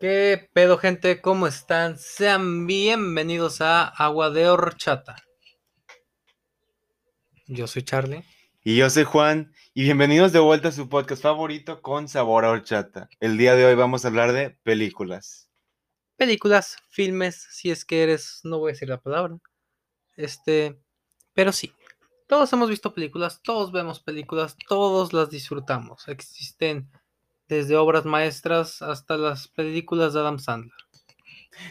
¿Qué pedo, gente? ¿Cómo están? Sean bienvenidos a Agua de Horchata. Yo soy Charlie. Y yo soy Juan, y bienvenidos de vuelta a su podcast favorito con sabor a horchata. El día de hoy vamos a hablar de películas. Películas, filmes, si es que eres, no voy a decir la palabra. Este, pero sí. Todos hemos visto películas, todos vemos películas, todos las disfrutamos. Existen desde obras maestras hasta las películas de Adam Sandler.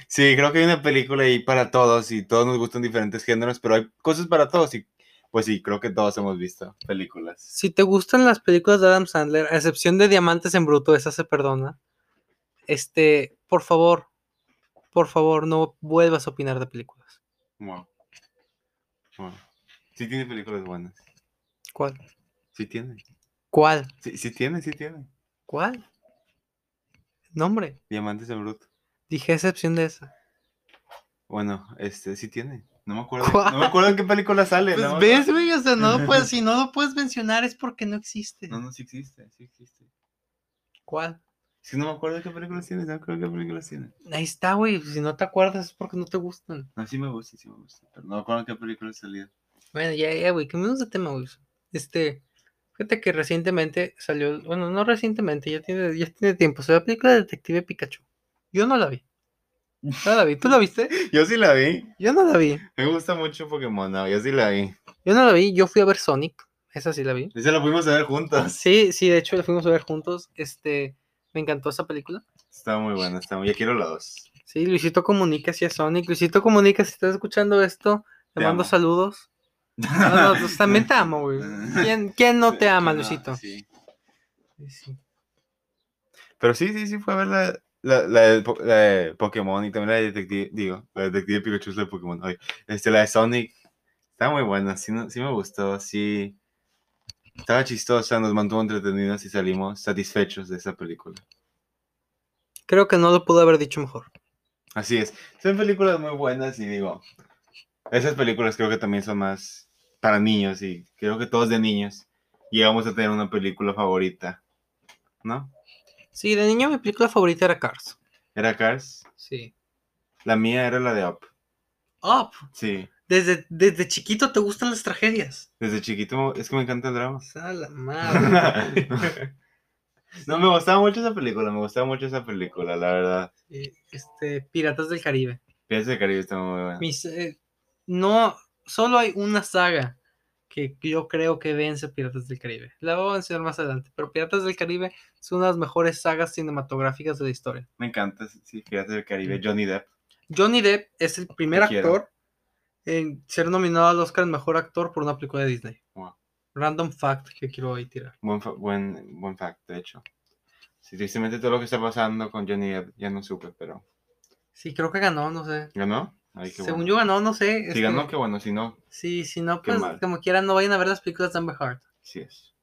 Sí, creo que hay una película ahí para todos, y todos nos gustan diferentes géneros, pero hay cosas para todos, y pues sí, creo que todos hemos visto películas. Si te gustan las películas de Adam Sandler, a excepción de Diamantes en Bruto, esa se perdona. Este, por favor, por favor, no vuelvas a opinar de películas. Wow. Wow. Sí tiene películas buenas. ¿Cuál? Sí tiene. ¿Cuál? Sí, sí tiene, sí tiene. ¿Cuál? Nombre. Diamantes en bruto. Dije a excepción de esa. Bueno, este, sí tiene. No me acuerdo. No me acuerdo en qué película sale. Pues no me ves, acuerdo. güey, o sea, no lo puedes, si no lo puedes mencionar es porque no existe. No, no, sí existe, sí existe. ¿Cuál? Es que no me acuerdo de qué películas tiene, no me acuerdo de qué películas tiene. Ahí está, güey. Si no te acuerdas es porque no te gustan. No, sí me gusta, sí me gusta. Pero no me acuerdo en qué película salía. Bueno, ya, ya, güey, cambiamos de tema, güey. Este, fíjate que recientemente salió, bueno, no recientemente, ya tiene, ya tiene tiempo, salió la película de Detective Pikachu. Yo no la vi. No la vi, ¿tú la viste? Yo sí la vi. Yo no la vi. Me gusta mucho Pokémon, no, yo sí la vi. Yo no la vi, yo fui a ver Sonic. Esa sí la vi. Esa la fuimos a ver juntas. Sí, sí, de hecho la fuimos a ver juntos. Este, me encantó esa película. Está muy buena, está muy. Ya quiero la dos. Sí, Luisito Comunica si es Sonic. Luisito Comunica, si estás escuchando esto, te, Te mando amo. saludos. No, no, pues, también te amo, güey. ¿Quién, quién no te ama, No, Luisito? Ah, sí. Sí, sí. Pero sí, sí, sí, fue a ver la, la, la de, Po- la de Pokémon y también la de Detective, digo, la de Detective Pikachu es la de Pokémon. ay, este, la de Sonic. Está muy buena, sí, no- sí me gustó, sí. Estaba chistosa, nos mantuvo entretenidos y salimos satisfechos de esa película. Creo que no lo pudo haber dicho mejor. Así es, son películas muy buenas y digo, esas películas creo que también son más para niños y creo que todos de niños llegamos a tener una película favorita, ¿no? Sí, de niño mi película favorita era Cars. Era Cars, Sí. la mía era la de Up, Up. sí. Desde, desde chiquito te gustan las tragedias. Desde chiquito mo- es que me encanta el drama. A la madre. no, me gustaba mucho esa película, me gustaba mucho esa película, la verdad. Eh, este, Piratas del Caribe. Piensa que Caribe está muy buena. Mis, eh, no, solo hay una saga que yo creo que vence Piratas del Caribe. La voy a mencionar más adelante, pero Piratas del Caribe es una de las mejores sagas cinematográficas de la historia. Me encanta, sí, Piratas del Caribe, Johnny Depp. Johnny Depp es el primer Te quiero. actor en ser nominado al Oscar al mejor actor por una película de Disney. Wow. Random fact que quiero ahí tirar. Buen, fa- buen, buen fact, de hecho. Sí, tristemente todo lo que está pasando con Johnny Depp ya no supe, pero Sí, creo que ganó, no sé. ¿ganó? Ay, qué Según bueno. yo ganó, no sé. Si este, ganó, qué bueno, si no, sí, si no, qué pues mal. como quieran, no vayan a ver las películas de Amber Heard. sí es.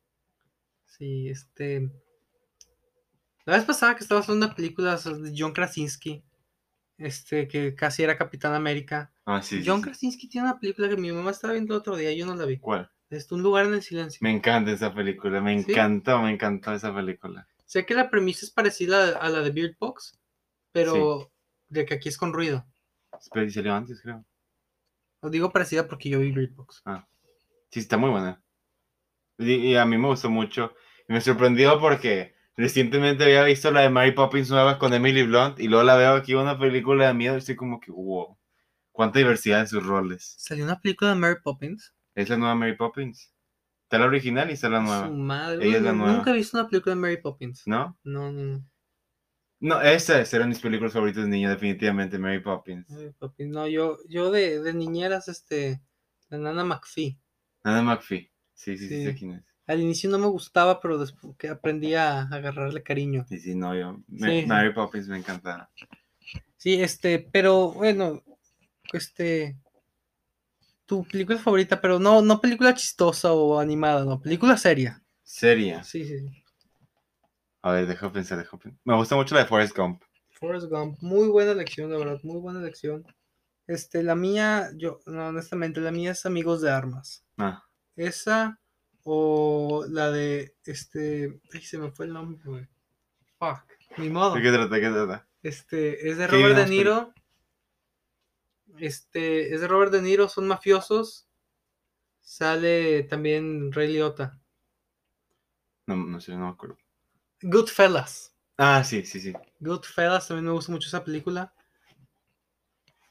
Sí, este. La vez pasada que estaba haciendo una película de John Krasinski, este, que casi era Capitán América. Ah, sí. sí, John sí. Krasinski tiene una película que mi mamá estaba viendo el otro día, yo no la vi. ¿Cuál? Es Un lugar en el silencio. Me encanta esa película, me ¿Sí? encantó, me encantó esa película. Sé que la premisa es parecida a la de Beard Box, pero de que aquí es con ruido. Pero sí salió antes, creo. Lo digo parecida porque yo vi Beard Box. Sí, está muy buena. Y, y a mí me gustó mucho. Y me sorprendió porque recientemente había visto la de Mary Poppins nueva con Emily Blunt y luego la veo aquí una película de miedo y estoy como que, wow, cuánta diversidad en sus roles. Salió una película de Mary Poppins. Es la nueva Mary Poppins. Está la original y está la Su nueva. madre. Ella es la güey, nueva. Nunca he visto una película de Mary Poppins. ¿No? No, no, no. No, esas eran mis películas favoritas de niño, definitivamente, Mary Poppins. Mary Poppins, No, yo, yo de, de niñeras, este, la nana McPhee. Nana McPhee. Sí, sí, sí, sé Sí. quién es. Al inicio no me gustaba, pero después que aprendí a agarrarle cariño. Sí, sí, no, yo. Sí, me- sí. Mary Poppins me encanta. Sí, este, pero bueno, este, tu película favorita, pero no, no película chistosa o animada, no, película seria. Seria. Sí, sí, sí. A ver, dejo pensar, dejo pensar. Me gusta mucho la de Forrest Gump. Forrest Gump, muy buena elección, la verdad, muy buena elección. Este, la mía, yo, no, honestamente, la mía es Amigos de Armas. Ah. Esa o la de, este, ay, se me fue el nombre, güey. Fuck, ni modo. ¿De qué trata? ¿De qué trata? Este, es de ¿Qué Robert De digamos, Niro. Este, es de Robert De Niro, son mafiosos. Sale también Ray Liotta. No, no sé, no me acuerdo. Goodfellas. Ah, sí, sí, sí. Goodfellas, también me gusta mucho esa película.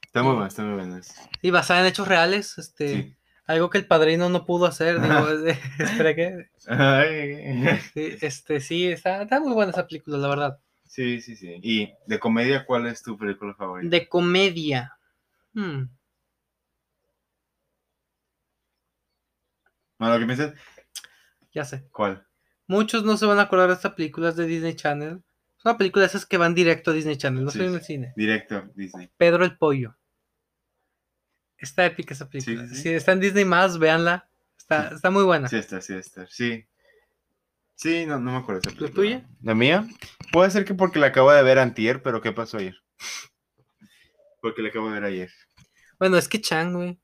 Está muy buena, está muy buena. Sí. Y basada en hechos reales, este, algo que el padrino no pudo hacer. Digo, Ajá. es de- espera que. Ay, Sí, este, sí, está, está muy buena esa película, la verdad. Sí, sí, sí. ¿Y de comedia cuál es tu película favorita? De comedia. Hmm. Bueno, lo que piensas, Ya sé. ¿cuál? Muchos no se van a acordar de esta película, es de Disney Channel. Es una película de esas que van directo a Disney Channel, no Sí, se ven en sí. el cine. Directo, Disney. Pedro el Pollo. Está épica esa película. sí, sí. Si está en Disney más, véanla. Está, Sí. está muy buena. Sí, está, sí, está. Sí. Sí, no, no me acuerdo. esa película. tuya? ¿La mía? Puede ser que porque la acabo de ver antier, pero ¿qué pasó ayer? Porque la acabo de ver ayer. Bueno, es que Chang, güey.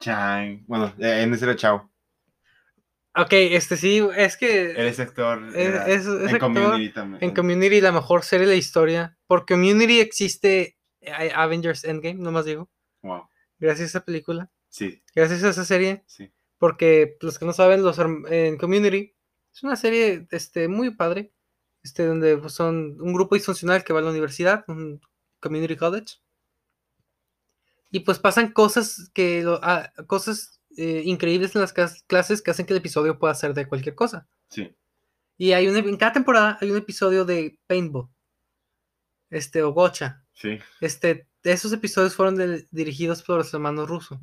Chang. Bueno, eh, en ese era Chao. Ok, este sí, es que Él es actor. es, era- es- es en actor Community también. en Community, la mejor serie de la historia. Por Community existe eh, Avengers Endgame, nomás digo. Wow. Gracias a esa película. Sí, Gracias a esa serie. sí. porque los que no saben, los herm- en Community es una serie este, muy padre, este, donde pues, son un grupo disfuncional que va a la universidad, un community college, y pues pasan cosas que lo- ah, cosas eh, increíbles en las cas- clases que hacen que el episodio pueda ser de cualquier cosa. Sí. Y hay un, ep- en cada temporada hay un episodio de paintball, este o gocha, Sí. este, esos episodios fueron del- dirigidos por los hermanos Russo.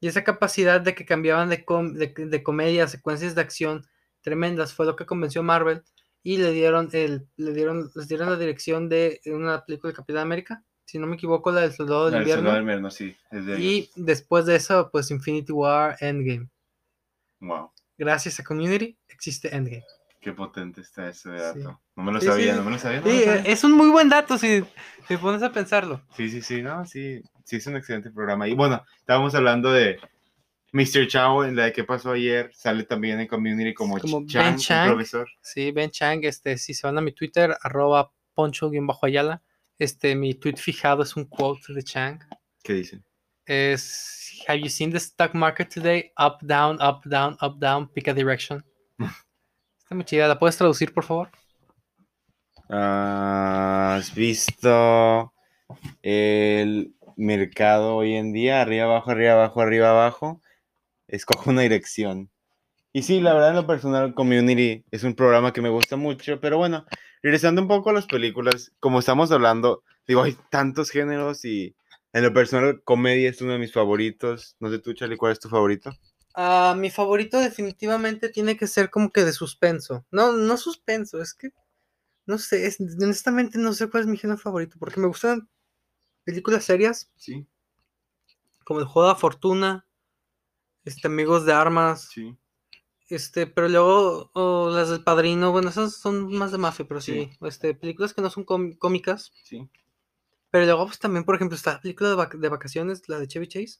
Y esa capacidad de que cambiaban de, com- de, de comedia a secuencias de acción tremendas fue lo que convenció a Marvel y le dieron, el, le dieron, les dieron la dirección de una película de Capitán América, si no me equivoco, la del Soldado del El Invierno. soldado del invierno, sí. Es de y después de eso, pues Infinity War, Endgame. Wow. Gracias a Community existe Endgame. Qué potente está ese Sí. dato. No me lo Sí, sabía, sí, no me lo sabía. no me Sí, eh, lo sabía. es un muy buen dato si te pones a pensarlo. Sí, sí, sí, no, sí, sí, es un excelente programa. Y bueno, estábamos hablando de Mr. Chao, en la de qué pasó ayer, sale también en Community como, Como Ch- Chang, Ben un Chang. profesor. Sí, Ben Chang, este, si se van a mi Twitter, arroba poncho-ayala, este, mi tweet fijado es un quote de Chang. ¿Qué dicen? Es, have you seen the stock market today? Up, down, up, down, up, down, pick a direction. Está muy chida, ¿la puedes traducir, por favor? ¿Has visto el mercado hoy en día? Arriba, abajo, arriba, abajo, arriba, abajo. Escojo una dirección. Y sí, la verdad, en lo personal, Community es un programa que me gusta mucho, pero bueno, regresando un poco a las películas, como estamos hablando, digo, hay tantos géneros y en lo personal, comedia es uno de mis favoritos. No sé tú, Charlie, ¿cuál es tu favorito? Ah, mi favorito definitivamente tiene que ser como que de suspenso. No, no suspenso, es que no sé, es- honestamente no sé cuál es mi género favorito, porque me gustan películas serias, Sí, como El Juego de la Fortuna, este, Amigos de Armas, sí. Este, pero luego o las del Padrino, bueno, esas son más de mafia, pero sí, Sí. este, películas que no son cóm- cómicas. Sí. Pero luego, pues también, por ejemplo, está la película de, vac- de vacaciones, la de Chevy Chase.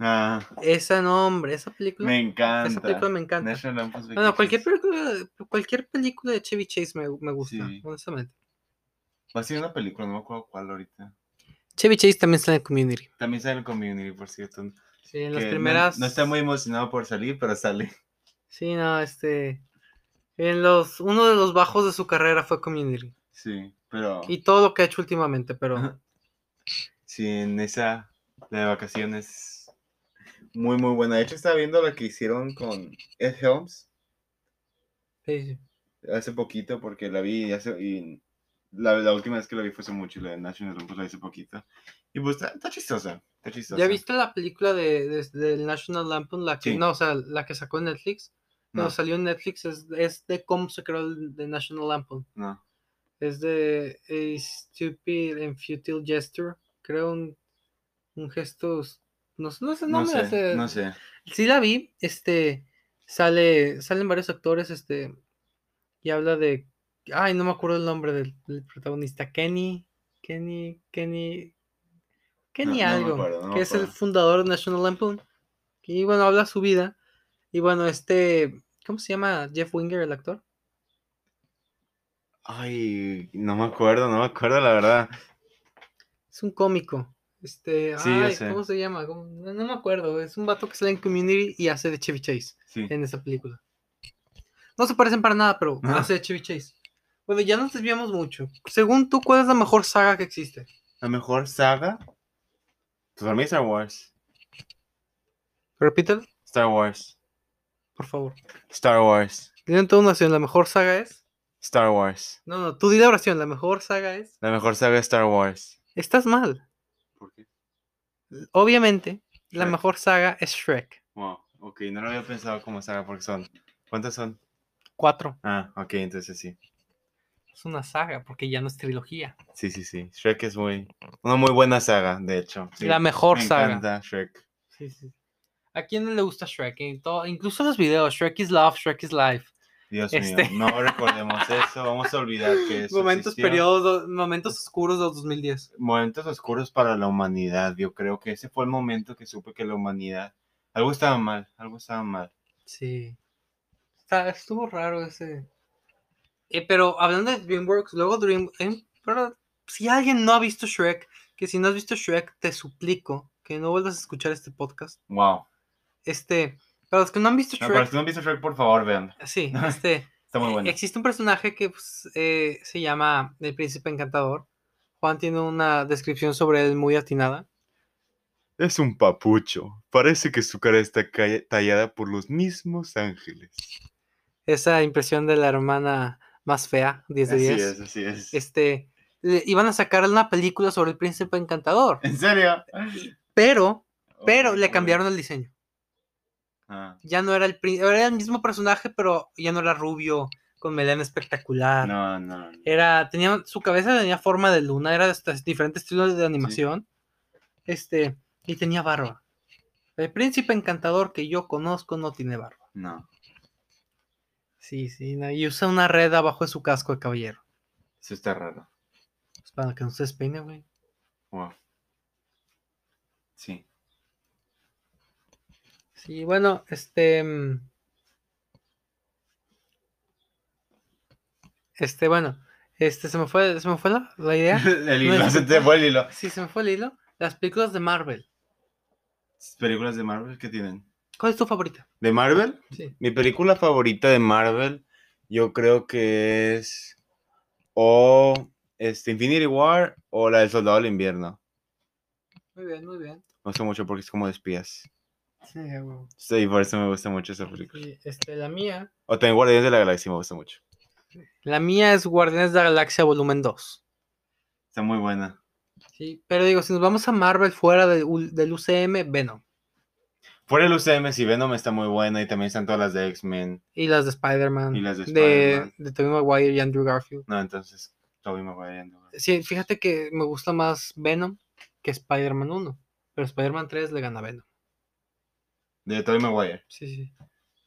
Ah, Esa, no, hombre, esa película. me Esa encanta. película me encanta. National Lampoon's Bueno, cualquier Vacations. película, cualquier película de Chevy Chase me, me gusta, Sí. honestamente. Va a ser una película, no me acuerdo cuál ahorita. Chevy Chase también está en el community. También sale en Community, por cierto. Sí, en las que no- primeras. No, está muy emocionado por salir, pero sale. Sí, no, este. En los. Uno de los bajos de su carrera fue community. Sí, pero. Y todo lo que ha hecho últimamente, pero. Ajá. Sí, en esa. La de vacaciones. Muy, muy buena. De hecho, estaba viendo la que hicieron con Ed Helms sí, sí. hace poquito, porque la vi hace. Y la, la última vez que la vi fue hace mucho, la de National Lampoon la vi hace poquito. Y pues está, está chistosa. Está chistosa. ¿Ya viste la película de, de- del National Lampoon? La que, Sí. No, o sea, la que sacó en Netflix. No, No, salió en Netflix, es, es de cómo se creó el de National Lampoon. no. Es de A Stupid and Futile Gesture. Creo un, un gesto. s- No, sé- no sé, no, No me la sé. sé, no sé. Sí la vi, este. Sale, salen varios actores, este. Y habla de. Ay, no me acuerdo el nombre del, del protagonista. Kenny. Kenny. Kenny. Kenny no me algo. acuerdo, no me que es el acuerdo. fundador de National Lampoon. Y bueno, habla su vida. Y bueno, este. ¿Cómo se llama Jeff Winger, el actor? Ay, no me acuerdo, no me acuerdo la verdad. Es un cómico. Este, Sí, ya ay, sé. ¿cómo se llama? ¿Cómo? No, no me acuerdo. Es un vato que sale en Community y hace de Chevy Chase Sí. en esa película. No se parecen para nada, pero Ajá. hace de Chevy Chase. Bueno, ya nos desviamos mucho. Según tú, ¿cuál es la mejor saga que existe? La mejor saga. Pues para mí Star Wars. Repítelo, Star Wars. por favor. Star Wars. Tienen toda una oración. La mejor saga es. Star Wars. No, no, tú di la oración. La mejor saga es. La mejor saga es Star Wars. Estás mal. ¿Por qué? Obviamente, la Shrek. mejor saga es Shrek. Wow. Ok, no lo había pensado como saga porque son. ¿Cuántas son? 4. Ah, ok, entonces sí. Es una saga porque ya no es trilogía. Sí, sí, sí. Shrek es muy. Una muy buena saga, de hecho. sí. La mejor Me saga. encanta Shrek. Sí, sí. ¿A quién no le gusta Shrek? En todo- incluso los videos, Shrek is love, Shrek is life. Dios Este- mío, no recordemos eso, vamos a olvidar que eso Momentos, existió. periodos, momentos oscuros del 2010. Momentos oscuros para la humanidad, yo creo que ese fue el momento que supe que la humanidad, algo estaba mal, algo estaba mal. Sí. Está- estuvo raro ese. Eh, pero hablando de DreamWorks, luego Dream. eh, pero si alguien no ha visto Shrek, que si no has visto Shrek, te suplico que no vuelvas a escuchar este podcast. Wow. Este. Para los que no han visto No, para los Shrek. que no han visto Shrek, por favor, vean. Sí, este. Está muy Eh, bueno. Existe un personaje que pues, eh, se llama El Príncipe Encantador. Juan tiene una descripción sobre él muy atinada. Es un papucho. Parece que su cara está tallada por los mismos ángeles. Esa impresión de la hermana más fea, 10 de Así 10. es, así es. Este, le- iban a sacar una película sobre el Príncipe Encantador, ¿En serio? pero, pero Oh, le cool. cambiaron el diseño. Ah, Ya no era el prín- era el mismo personaje, pero ya no era rubio, con melena espectacular. no, no. no. Era, tenía, su cabeza tenía forma de luna, era de hasta diferentes estilos de animación. Este, y tenía barba. El príncipe encantador que yo conozco no tiene barba. No. Sí, sí, no, y usa una red abajo de su casco de caballero. Eso está raro. Pues para que no se despeine, güey. Wow. Sí. Sí, bueno, este. mm, Este, bueno, este se me fue, se me fue la, la idea. el No hilo, es se te culpa. fue el hilo. Sí, se me fue el hilo. Las películas de Marvel. películas de Marvel que tienen. ¿Cuál es tu favorita? ¿De Marvel? Sí. Mi película favorita de Marvel, yo creo que es o este, Infinity War o la del Soldado del Invierno. Muy bien, muy bien. Me gusta mucho porque es como de espías. Sí, a huevo. Sí, por eso me gusta mucho esa película. Sí, este, la mía. O también Guardianes de la Galaxia me gusta mucho. La mía es Guardianes de la Galaxia Volumen 2. Está muy buena. Sí, pero digo, si nos vamos a Marvel fuera del, U- del UCM, Venom. Fuera el UCM, si Venom está muy buena y también están todas las de X-Men. Y las de Spider-Man. Y las de Spider-Man. de Tobey Maguire y Andrew Garfield. No, entonces, Tobey Maguire. Andrew Garfield. Sí, fíjate que me gusta más Venom que Spider-Man 1. Pero Spider-Man 3 le gana a Venom. De Tobey Maguire. Sí, sí.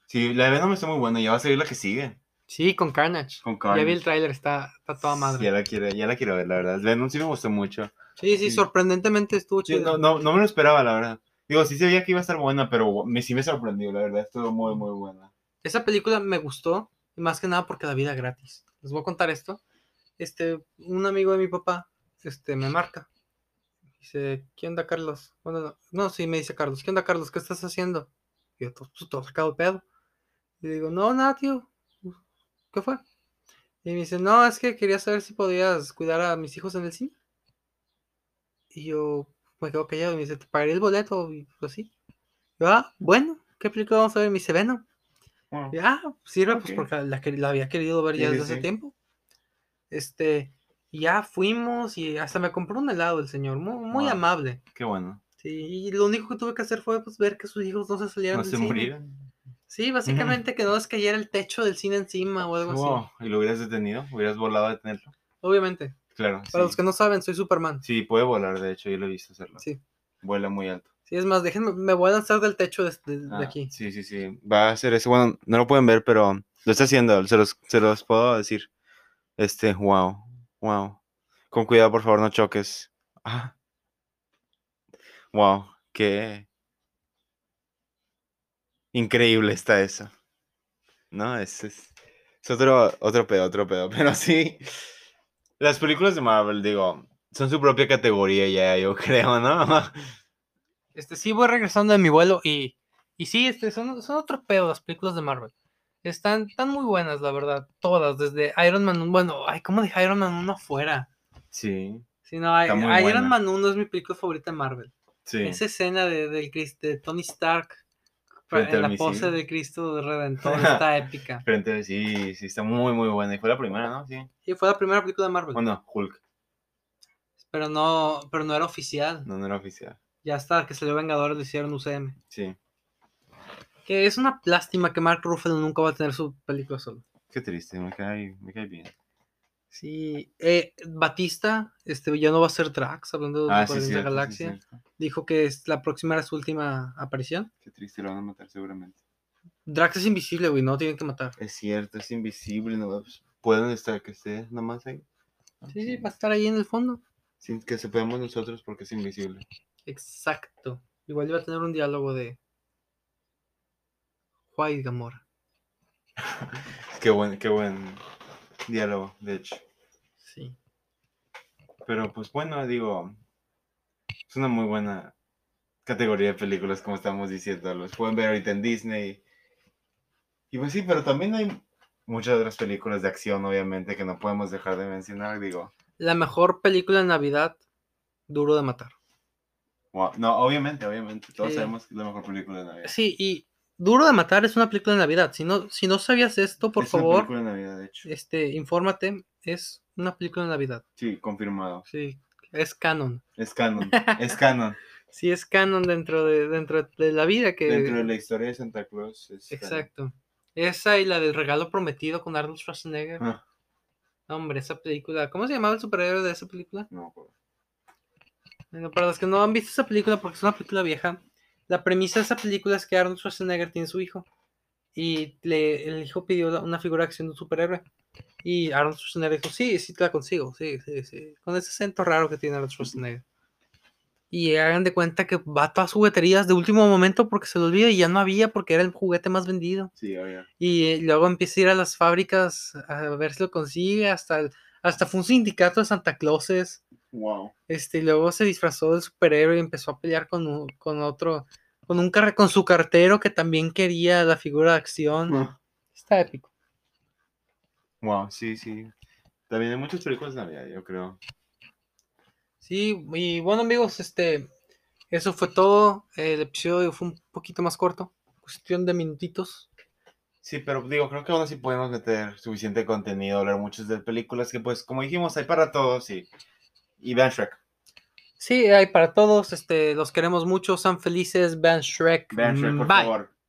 Sí, la de Venom está muy buena. Ya va a salir la que sigue. Sí, con Carnage. Con Ya vi el Carnage. tráiler, está, está toda madre. Ya la, quiero, ya la quiero ver, la verdad. Venom sí me gustó mucho. Sí, sí, Sí. sorprendentemente estuvo Sí, chido. no, no, no me lo esperaba, la verdad. Digo, sí sabía que iba a estar buena, pero me, sí me sorprendió, la verdad. Estuvo muy, muy buena. Esa película me gustó, y más que nada porque la vida gratis. Les voy a contar esto. Este, un amigo de mi papá, este, me marca. Dice, ¿qué onda, Carlos? Bueno, no, no, sí, me dice Carlos, ¿qué onda, Carlos? ¿Qué estás haciendo? Y yo, todo, todo sacado de pedo. Y le digo, no, nada, tío. ¿Qué fue? Y me dice, no, es que quería saber si podías cuidar a mis hijos en el cine. Y yo me quedo callado y me dice, te pagaré el boleto y pues así. Y yo, ah, bueno, ¿qué película vamos a ver? Y me dice, Venom. Bueno, Ya, sirve, pues Ok. porque la, quer- la había querido ver Sí, ya sí, desde hace sí. tiempo. Este, y ya fuimos y hasta me compró un helado el señor, muy, muy Wow. amable. qué bueno. Sí, y lo único que tuve que hacer fue pues, ver que sus hijos no se salieran No del se cine. murieron. Sí, básicamente que no les cayera el techo del cine encima o algo así. Wow, ¿Y lo hubieras detenido? ¿Hubieras volado a detenerlo? Obviamente. Claro. Para sí. los que no saben, soy Superman. Sí, puede volar, de hecho, yo lo he visto hacerlo. Sí. Vuela muy alto. Sí, es más, déjenme, me voy a lanzar del techo de, de- de Ah, aquí. Sí, sí, sí. Va a hacer eso. Bueno, no lo pueden ver, pero lo está haciendo. Se los, se los puedo decir. Este, wow. Wow. Con cuidado, por favor, no choques. Ah. Wow. Qué increíble está eso. No, es, es, es otro, otro pedo, otro pedo. Pero sí. Las películas de Marvel, digo. son su propia categoría ya, yo creo, ¿no? Este, sí, voy regresando de mi vuelo y, y sí, este, son, son otro pedo las películas de Marvel. Están, están muy buenas, la verdad, todas, desde Iron Man 1. Bueno, ay, ¿cómo dejé Iron Man 1 afuera? Sí, Sí, no, I- Está muy Iron buena. Man 1 es mi película favorita de Marvel. sí. Esa escena de, del Cris- de Tony Stark pra- Frente en al la misil. pose de Cristo Redentor está épica. Frente, sí, sí, está muy, muy buena. Y fue la primera, ¿no? Sí. Y fue la primera película de Marvel. Bueno, Hulk. Pero no, pero no era oficial. No, no era oficial. Ya hasta que salió Vengadores lo hicieron UCM. Sí. Que es una lástima que Mark Ruffalo nunca va a tener su película solo. Qué triste, me cae, me cae bien. Sí. eh, Batista, este ya no va a ser Drax, hablando de Ah, los sí, Guardianes sí. de la Galaxia. Dijo que es, la próxima era su última aparición. Qué triste, lo van a matar seguramente. Drax es invisible, güey, no lo tienen que matar. Es cierto, es invisible, no pueden estar que esté nomás ahí. Sí, sí, va a estar ahí en el fondo. Sin que sepamos nosotros porque es invisible. Exacto. Igual iba a tener un diálogo de White Gamora. Qué buen, qué buen diálogo, de hecho. Sí. Pero pues bueno, digo, es una muy buena categoría de películas, como estamos diciendo. Los pueden ver ahorita en Disney. Y pues sí, pero también hay muchas otras películas de acción, obviamente, que no podemos dejar de mencionar. Digo, La mejor película de Navidad, Duro de Matar. wa- no, obviamente, obviamente, todos Sí. sabemos que es la mejor película de Navidad. Sí, y Duro de Matar es una película de Navidad. Si no, si no sabías esto, por es favor, una película de Navidad, de hecho. este, infórmate. Es una película de Navidad. Sí, confirmado. Sí, es canon. Es canon, es canon. Sí, es canon dentro de, dentro de la vida que... Dentro de la historia de Santa Claus. es canon. Exacto. Esa y la del regalo prometido con Arnold Schwarzenegger. Ah, No, Hombre, esa película. ¿Cómo se llamaba el superhéroe de esa película? no me acuerdo. Bueno, para los que no han visto esa película, porque es una película vieja, la premisa de esa película es que Arnold Schwarzenegger tiene su hijo. Y le, el hijo pidió la- una figura de acción de un superhéroe. Y Arnold Schwarzenegger dijo, sí, sí te la consigo, sí, sí, sí. Con ese acento raro que tiene Arnold Schwarzenegger. Y hagan de cuenta que va a todas sus jugueterías de último momento porque se lo olvida y ya no había porque era el juguete más vendido. Sí, obvio. Y eh, luego empieza a ir a las fábricas a ver si lo consigue. Hasta, el- hasta fue un sindicato de Santa Clauses. Wow. Este, y luego se disfrazó del superhéroe y empezó a pelear con, un- con otro, con un carre- con su cartero que también quería la figura de acción. Ah. Está épico. Wow, sí, sí. También hay muchas películas de Navidad, yo creo. Sí, y bueno amigos, este, eso fue todo. eh, El episodio fue un poquito más corto, cuestión de minutitos. Sí, pero digo, creo que aún así podemos meter suficiente contenido, hablar muchas de películas que, pues, como dijimos, hay para todos y, y vean Shrek. Sí, hay para todos, este, los queremos mucho, sean felices, vean Shrek. Vean Shrek, por bye. favor.